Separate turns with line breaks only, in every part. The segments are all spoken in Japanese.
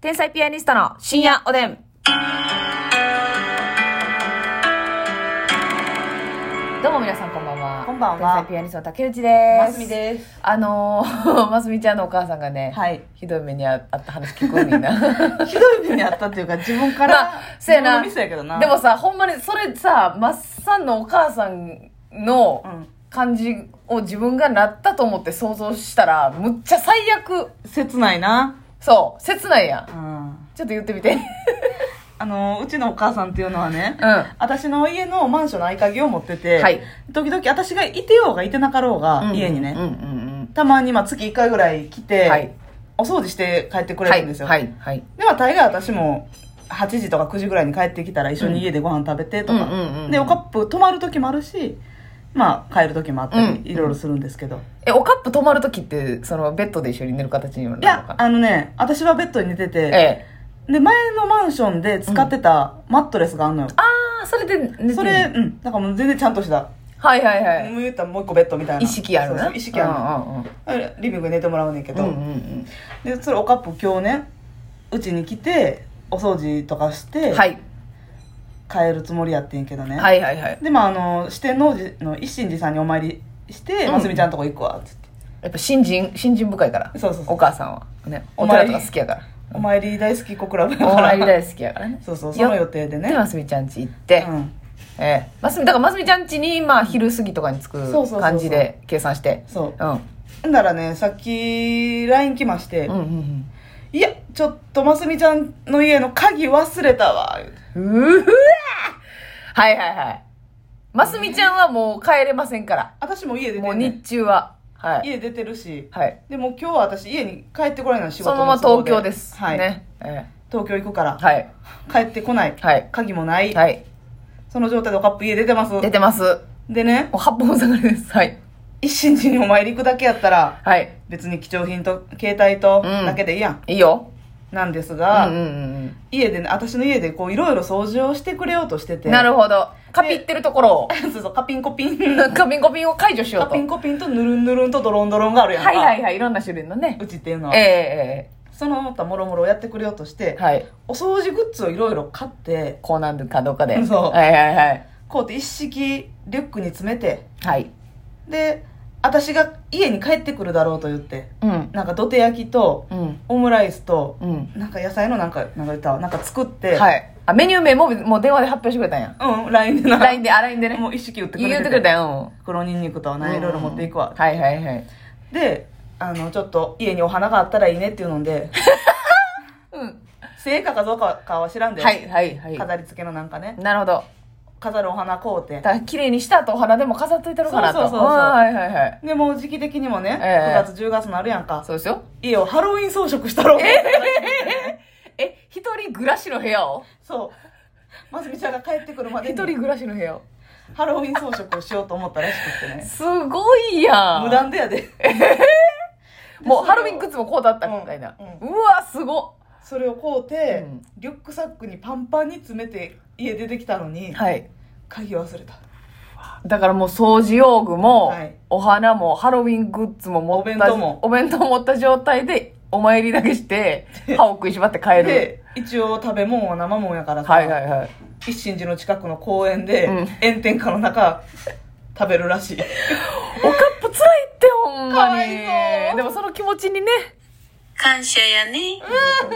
天才ピアニストの深夜おでん。どうも皆さんこんばんは。
こんばん
天才
は
ピアニストの竹内です。
ますみです。
あのー、 ますみちゃんのお母さんがね、
はい
ひどい目にああった話聞こうみん な。
ひどい目にあったっていうか、自分か
ま
ら
あ、そうやな
自分のミスやけどな。
でもさ、ほんまにそれさ、マッサンのお母さんの
うん
感じを自分がなったと思って想像したら、むっちゃ最悪。
切ないな。
そう、切ないやん
う。ん。
ちょっと言ってみて。
あの、うちのお母さんっていうのはね、
うん
私の家のマンションの合鍵を持ってて、
はい
時々私がいてようがいてなかろうが、家にね、
うんうんうん
たまにまあ月1回ぐらい来
う
て、
ん。はい。
お掃除して帰ってく
は
れ
い。
るんですよ。
はい。はい。
で、まあ大概私も、8時とか9時ぐらいに帰ってきたら一緒に家でご飯食べてと
うん
か、
うんうんうん
で、おカップ泊まる時もあるし、まあ帰る時もあったり
う、ん
いろいろするんですけど、
え、おカップ泊まるときって、その、ベッドで一緒に寝る形になるの
い
か
や、あのね、私はベッドに寝てて、
ええ。
で、前のマンションで使ってたマットレスがあんのよ。
あー、それで寝てる
それ、うん、なんかもう全然ちゃんとした。
はいはいは
もう言ったらもう一個ベッドみたいな。
い。意識ある
そう
な。
そう意識あるの
る。
あれ。リビングに寝てもらうねんけ
う
ど、
んうんうん
で、それおカップ今日ね、うちに来て、お掃除とかし
う
て、
ん。はい。
帰るつもりやってんけどね。
はいはいはい。
で、まああの、四天王寺の一心寺さんにお参りして、
うん
ますみちゃんとこ行くわ、つって。
やっぱ新人、新人深いから。
そうそうそう
お母さんは。ね。お
お参
寺
り
とか好きやから。
お参り大好き子クラブやから。
お参り大好きやからね。
そうそう、その予定で
で、
ね。
ますみちゃん家行って
う。ん。
ええ。ますみ、だからますみちゃん家に、まあ、昼過ぎとかに着
そうそうそうそ
く
う
感じで計算して。
そう。
うん。
ほんだらね、さっき LINE 来まして、
うんうん
いや、ちょっとますみちゃんの家の鍵忘れたわ。言うて
うん。うふわはいはいはい。ますみちゃんはもう帰れませんから。
私も家出て
もう
る、
日
ね、
中は。はい。
家出てるし、
はい。
でも今日は私家に帰ってこられない仕
そ
事
の
の
まま
都合
東京です。
はい、
ね。え
東京行くから
え、はい。
帰ってこない。
はい。
鍵もない、
はい。
その状態でおカップ家出てます。
出てます。
でね、
もう八本下がりです。はい。
一心寺にお参り行くだけやったら、
はい。
別に貴重品と携帯と
うん
だけでいいやん。
いいよ。
なんです
うん
が、
うんうん
家でね、私の家でこういろいろ掃除をしてくれようとして
う
て。
ん。なるほど。カ
で
ピってるところを、
そうそう、カピンコピン。
カピンコピンを解除しよう
カ
と。
ピンコピンとヌルンヌルンとドロンドロンがあるやんか。
はいはいはい。いろんな種類のね。
うちっていうのは。
ええ
その他もろもろやってくれようとし
え
て
え、はい。
お掃除グッズをいろいろ買って、
こうなんるかどうかで。
そう
はいはいはい。
こうやって一式リュックに詰めて、
はい。
で、私が家に帰ってくるだろうと言って、
うん。
なんか土手焼きと、
うん。
オムライスと、
うん。
なんか野菜のなんか、なんか言ったわなんか作って、
はい。あ、メニュー名も、もう電話で発表してくれたん や。
うん、LINE でな。
LINE で、あ、LINE でね。
もう一式売ってくれ
言うてくれた
よ。
よ。
黒ニンニクとは
うん
ね、いろいろ持っていくわ。
はいはいはい。
で、あの、ちょっと家にお花があったらいいねっていうの で、
うん。
成果かどうかは知らんで、
はいはいは
飾り付けのなんかね
い。、なるほど。
飾るお花買うて
だ、から綺麗にした後お花でも飾っといてるかなと。
そうそうそうそう
あーはいはいはい。
でもう時期的にもね、
ええ
9月10月なるやんか
そうですよ。
家をハロウィン装飾したろう、
え、一人暮らしの部屋を
そうますみちゃんが帰ってくるまで
一
に
人暮らしの部屋を。
ハロウィン装飾をしようと思ったらしくってね
すごいやん。
無断でやで
もうハロウィングッズもこうだったみたいな。う
う
わ、すご
それを買うて、
うん
リュックサックにパンパンに詰めて家出てきたのに、
っ。はい。
鍵忘れた
だからもう掃除用具も、
はい
お花もハロウィングッズも持った
お弁当も
お弁当持った状態でお参りだけ して歯を食いしばって帰る
で一応食べ物は生もんやからさ、
はいはいはい
一心寺の近くの公園で、
うん
炎天下の中食べるらしい
おカップつらいってほん
か
ま
わ
に
いそう
でもその気持ちにね
感謝やね。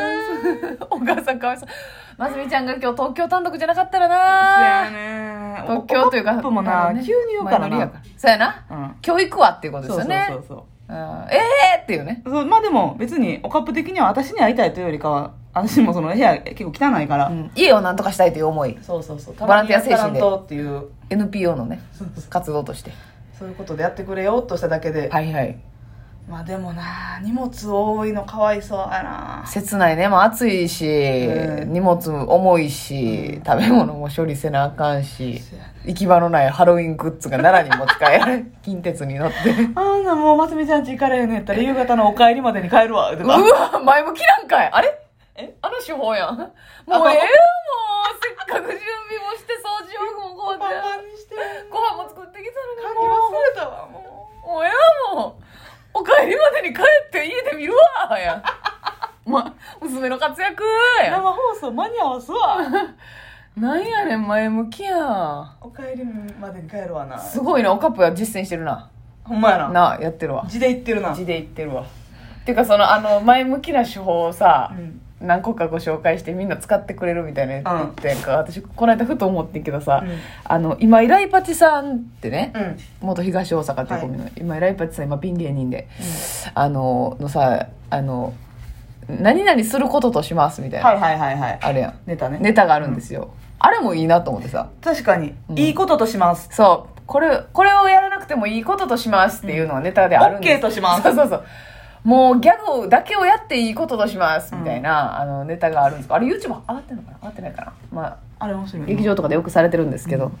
お母さんかわいそうますみちゃんが今日東京単独じゃなかったらな
ね
東京というか
カップもな、
ね
急に言うから
前乗りや
な。
らそうやな
うん。
今日行くわっていうことです
そ
よ
うそう
ね
そうそう。
うんええーっていうね
そうまあでも別におカップ的には私に会いたいというよりかは私もその部屋結構汚いから、
うん家をなんとかしたいという思い
そうそうそう
ボランティア精神で
たまにやったらんとっていう
NPO のね
そうそう
活動として
そういうことでやってくれようとしただけで、
はいはい
まあでもな荷物多いのかわいそうやな
切ないね、もう暑いし、
うん
荷物重いし、食べ物も処理せなあかんし
そうやね、
行き場のないハロウィングッズが奈良に持ち帰 られ、近鉄に乗って。
あんなもうますみちゃんち行かれへんねやったら夕方のお帰りまでに帰るわと
う
か
わ、前向きなんかいあれ
え
あの手法やん。もうええ
あ
よ、
の
もう。せっかく準備もして、掃除用具もこう
パン
じゃ
パ
ん。
ンにして
ご飯も作ってきた
鍵
のに、も
忘れたわもう
う、もうええわもう。お帰りまでに帰って家で見るわやん。 ま、娘の活躍
生放送間に合わすわ
なんやねん、前向きや。
お帰りまでに帰るわな
すごいな、おカップは実践してるな。
ほんまやな
なあ、やってるわ。
字で言ってるな
字で言ってるわ。てか、その、あの、前向きな手法をさ
う、ん
何個かご紹介してみんな使ってくれるみたいなやつ言ってたやんか、私、この間ふと思ってんけどさ、
うん
あの、今、イライパチさんってね、
うん
元東大阪っていうコンビの、今、イライパチさん、今、ピン芸人で、あの、のさ、あの、何々することとしますみたいな、
はいはいはいはい
あれやん。
ネタね
ネタがあるんですよ、あれもいいなと思ってさ
確かに、
うん
いいこととします
そうこれこれをやらなくてもいいこととしますっていうのはネタであるんです、
オッケーとします
そうそうそうもうギャグだけをやっていいこととしますみたいな、あのネタがあるんですあれ YouTube 上がってるのかな上がってないかなまあ
あれ面白いな
劇場とかでよくされてるんですけど、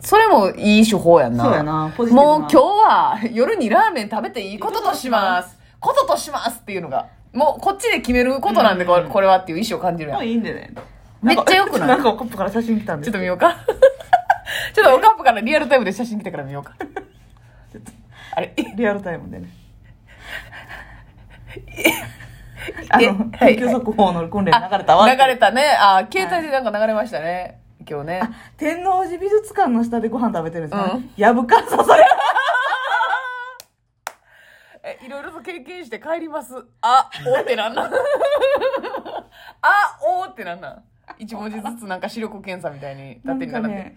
それもいい手法やんな
そうやなポジティブな
もう今日は夜にラーメン食べていいこととしますこととしますっていうのがもうこっちで決めることなんでこれ,、これはっていう意思を感じるやん
もういいんでね
めっちゃ良くない
なんかおカップから写真来たんで
ちょっと見ようか。 ちょっとおかっぷからリアルタイムで写真来てから見ようか。あれ、い
リアルタイムでねあの
えはい
緊急速報の訓練
あ
流れたわ
流れたね。あ、携帯でなんか流れましたね。今日ね。
天王寺美術館の下でご飯食べてるんですよ、
うん
やぶかんさそれ
え、いろいろと経験して帰ります。あ、おーってなん なんあ、おーってなんなん一文字ずつなんか視力検査みたいに縦に並んで。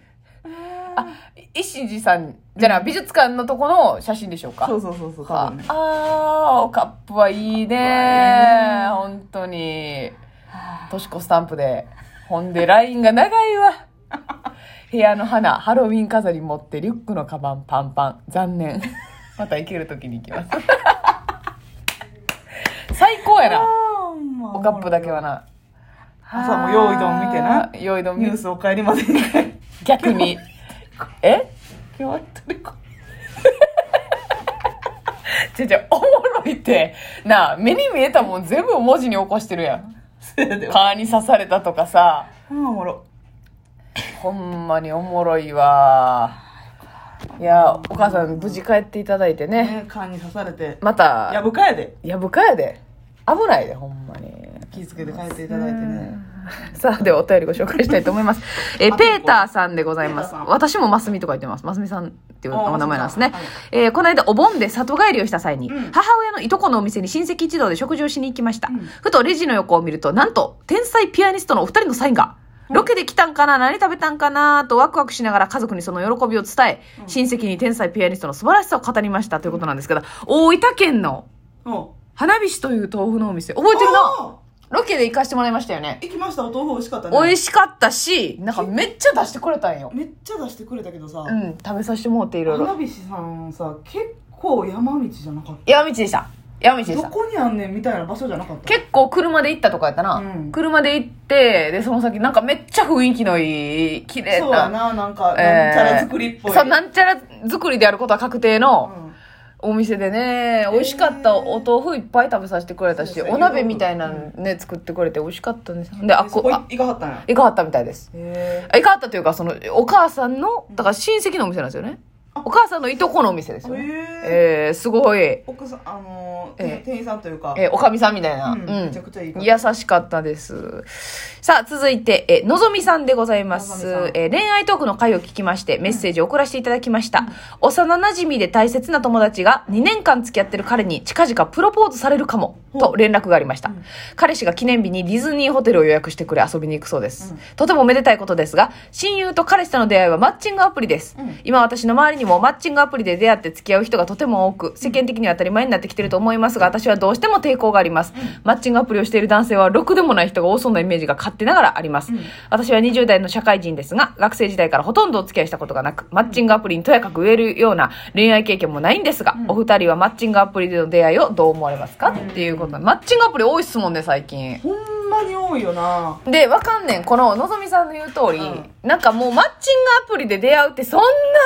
あ、石井さん、じゃあな、美術館のとこの写真でしょうか。
そうそうそうそう多
あ
分ね
あーおカップはいいね本当にとしこスタンプでほんでラインが長いわ部屋の花ハロウィン飾り持ってリュックのカバンパンパン残念また行ける時に行きます 最高やなおカップだけはな
朝も用意どん見てな
用意どん
ニ
見
ュースお帰りまで に
逆 にえ
今日はトリコ
じゃじゃおもろいってなあ目に見えたもん全部文字に起こしてるやん
せやで
蚊に刺されたとかさ
うんおもろ
ほんまにおもろいわいやお母さん無事帰っていただいてね
ね缶に刺されて
ま
や
た
ぶかやで
やぶかやで危ないでほんまに
気ぃつけて帰っていただいてね
さあではお便りご紹介したいと思い ますえ
あ
ペーターさんでございま
ペー
す
ターさん
私もマスミと書いてますマスミさんっていう
あ
お名前なんですね
マスミさん、
えーこの間お盆で里帰りをした際に、
うん
母親のいとこのお店に親戚一同で食事をしに行きました、
うん
ふとレジの横を見るとなんと天才ピアニストのお二人のサインがロケで来たんかな何食べたんかなとワクワクしながら家族にその喜びを伝え、
うん
親戚に天才ピアニストの素晴らしさを語りましたということなんですけど、大分県の
うん
花火師という豆腐のお店、覚えてるな
あ
ロケで行かしてもらいましたよね。
ー行きましたお豆腐美味しかったね
美味しかったし、なんかめっちゃ出してくれたんよ。
めっちゃ出してくれたけどさ
うん、食べさせてもらっていろいろ。
花火師さんさ結構山道じゃなかっ
山道でした。山道
た
でし
ど
た。
こにあんねんみたいな場所じゃなかった
結構車で行ったとかやったな。
うん
車で行って、で、その先なんかめっちゃ雰囲気のいい、綺麗
そうや
な。
ななんかなんち
えー
ゃら作りっぽい
そう、なんちゃら作りであることは確定の、
うん
お店でね美味しかったお豆腐いっぱい食べさせてくれたし、
そうですね
お鍋みたいなのね、作ってくれて美味しかったんですであ
で
っ
そ
こ
こ
あ
行かはったんや
いかはったみたいです
へ
いかはったというかそのお母さんのだから親戚のお店なんですよね
あ
お母さんのいとこのお店ですよね
え
えー、すごい、え
奥さんあのー
えー
店員さんというか
ー、おかみさんみたいな、う
うん
ん
めちゃくちゃいい方
優しかったですさあ続いてえのぞみさんでございま
の
す
ぞみさん
え恋愛トークの回を聞きましてメッセージを送らせていただきました、幼なじみで大切な友達が2年間付き合ってる彼に近々プロポーズされるかもと連絡がありました、彼氏が記念日にディズニーホテルを予約してくれ遊びに行くそうです、
うん
とてもめでたいことですが親友と彼氏との出会いはマッチングアプリです、
うん
今私の周りにもマッチングアプリで出会って付き合う人がとても多く世間的には当たり前になってきてると思いますが私はどうしても抵抗があります、マッチングアプリをしている男性はろくでもない人が多そうなイメージが勝手ながらあります、私は20代の社会人ですが学生時代からほとんどお付き合いしたことがなくマッチングアプリにとやかく言えるような恋愛経験もないんですが、お二人はマッチングアプリでの出会いをどう思われますか、っていうことマッチングアプリ多いっすもんね最近
ほんまに多いよな
で、わかんねん。この、のぞみさんの言う通り、
うん
なんかもうマッチングアプリで出会うってそん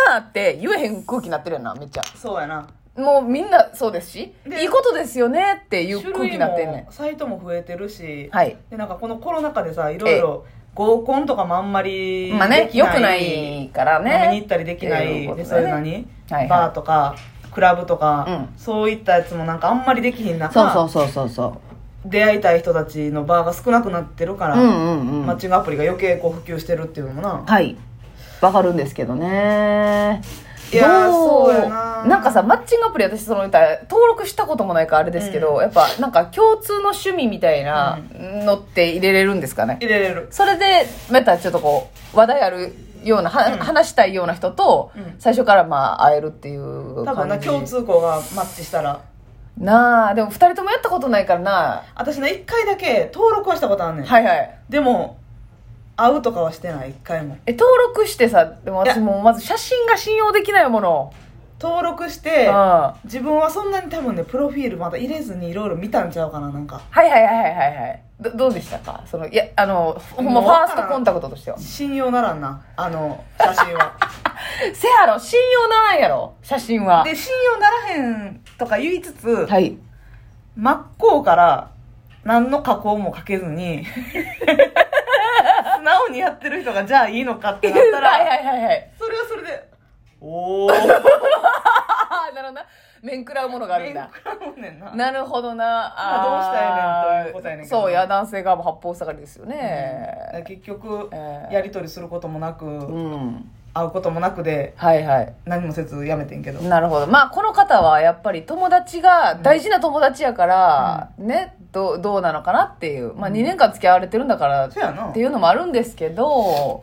なって言えへん空気になってるやんな、めっちゃ。
そうやな
もうみんなそうですし、
で
いいことですよねっていう
種
空気
類
になってんね
もサイトも増えてるし
ん。はい。
でなんかこのコロナ禍でさいろいろ合コンとかもあんまり
まあね
で、き
良くないから
飲みに行
ね
っ。たりできな
っていう
い
こと
で
ね
そういう何
はい
バーとかクラブとか
う
そういったやつもなんかあんまりできひん中
そうそうそうそう。
出会いたい人たちの場が少なくなってるから、
うんうんうん
マッチングアプリが余計こう普及してるっていうのもな
はいわかるんですけどね
いやー
ど
そうやなん
かさマッチングアプリ私その言ったら登録したこともないからあれですけど、やっぱなんか共通の趣味みたいなのって入れれるんですかね、
入れれる
それでまたちょっとこう話題あるようなは、話したいような人と、
うん
最初からまあ会えるっていう感じ
多分な共通項がマッチしたら
なあでも2人ともやったことないからな
私ね1回だけ登録はしたことあんねん、
はいはい
でも会うとかはしてない1回も
え登録してさでも私もうまず写真が信用できないもの
登録して
うんは
自分はそんなに多分ねプロフィールまだ入れずにいろいろ見たんちゃうかななんか
いはいはいはいはいはいどどうでしたかそのいやあのほんま
も
フ
うわ
ァー
からん
ストコンタクトとしては
信用ならんなあの写真 は
せやろ信用ならんやろ写真は
で信用ならへんとか言いつつ、
はい
真っ向から何の加工もかけずに 素直にやってる人がじゃあいいのかってなっ
は
た
い
ら
はいはいはい
それはそれでおー
ああなるほどな面食らうものがあるんだ
もんねんな
なるほどな、
あどうしたら
あー
ええねんということやねんけど
そういや男性側も八方下がりですよ
だから
ね
結局
えー
やり取りすることもなく
うん、
会うこともなくで
はいはい
何もせずやめてんけど
なるほどまあこの方はやっぱり友達が大事な友達やから、ねどうどうなのかなっていう、まあ、
うん
2年間付き合われてるんだからっ
そうやな
ていうのもあるんですけど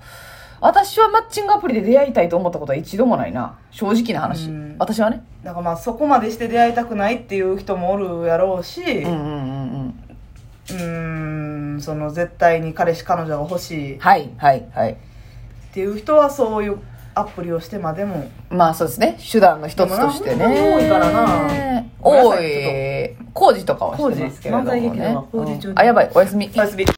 私はマッチングアプリで出会いたいと思ったことは一度もないな正直な話、
うん
私はね
なんかまあそこまでして出会いたくないっていう人もおるやろうし
う
うん
うんうんうん
ーんその絶対に彼氏彼女が欲しいっ
はいはいはい
ていう人はそういうアプリをしてまでも
まあそうですね手段の一つとしてね
でもなほんまに多いからなごめんな
多
さい
い工事とかはしてますけれども、
工事漫才劇
ね
団は工事中で
うんあやばいおやすみ
おやすみ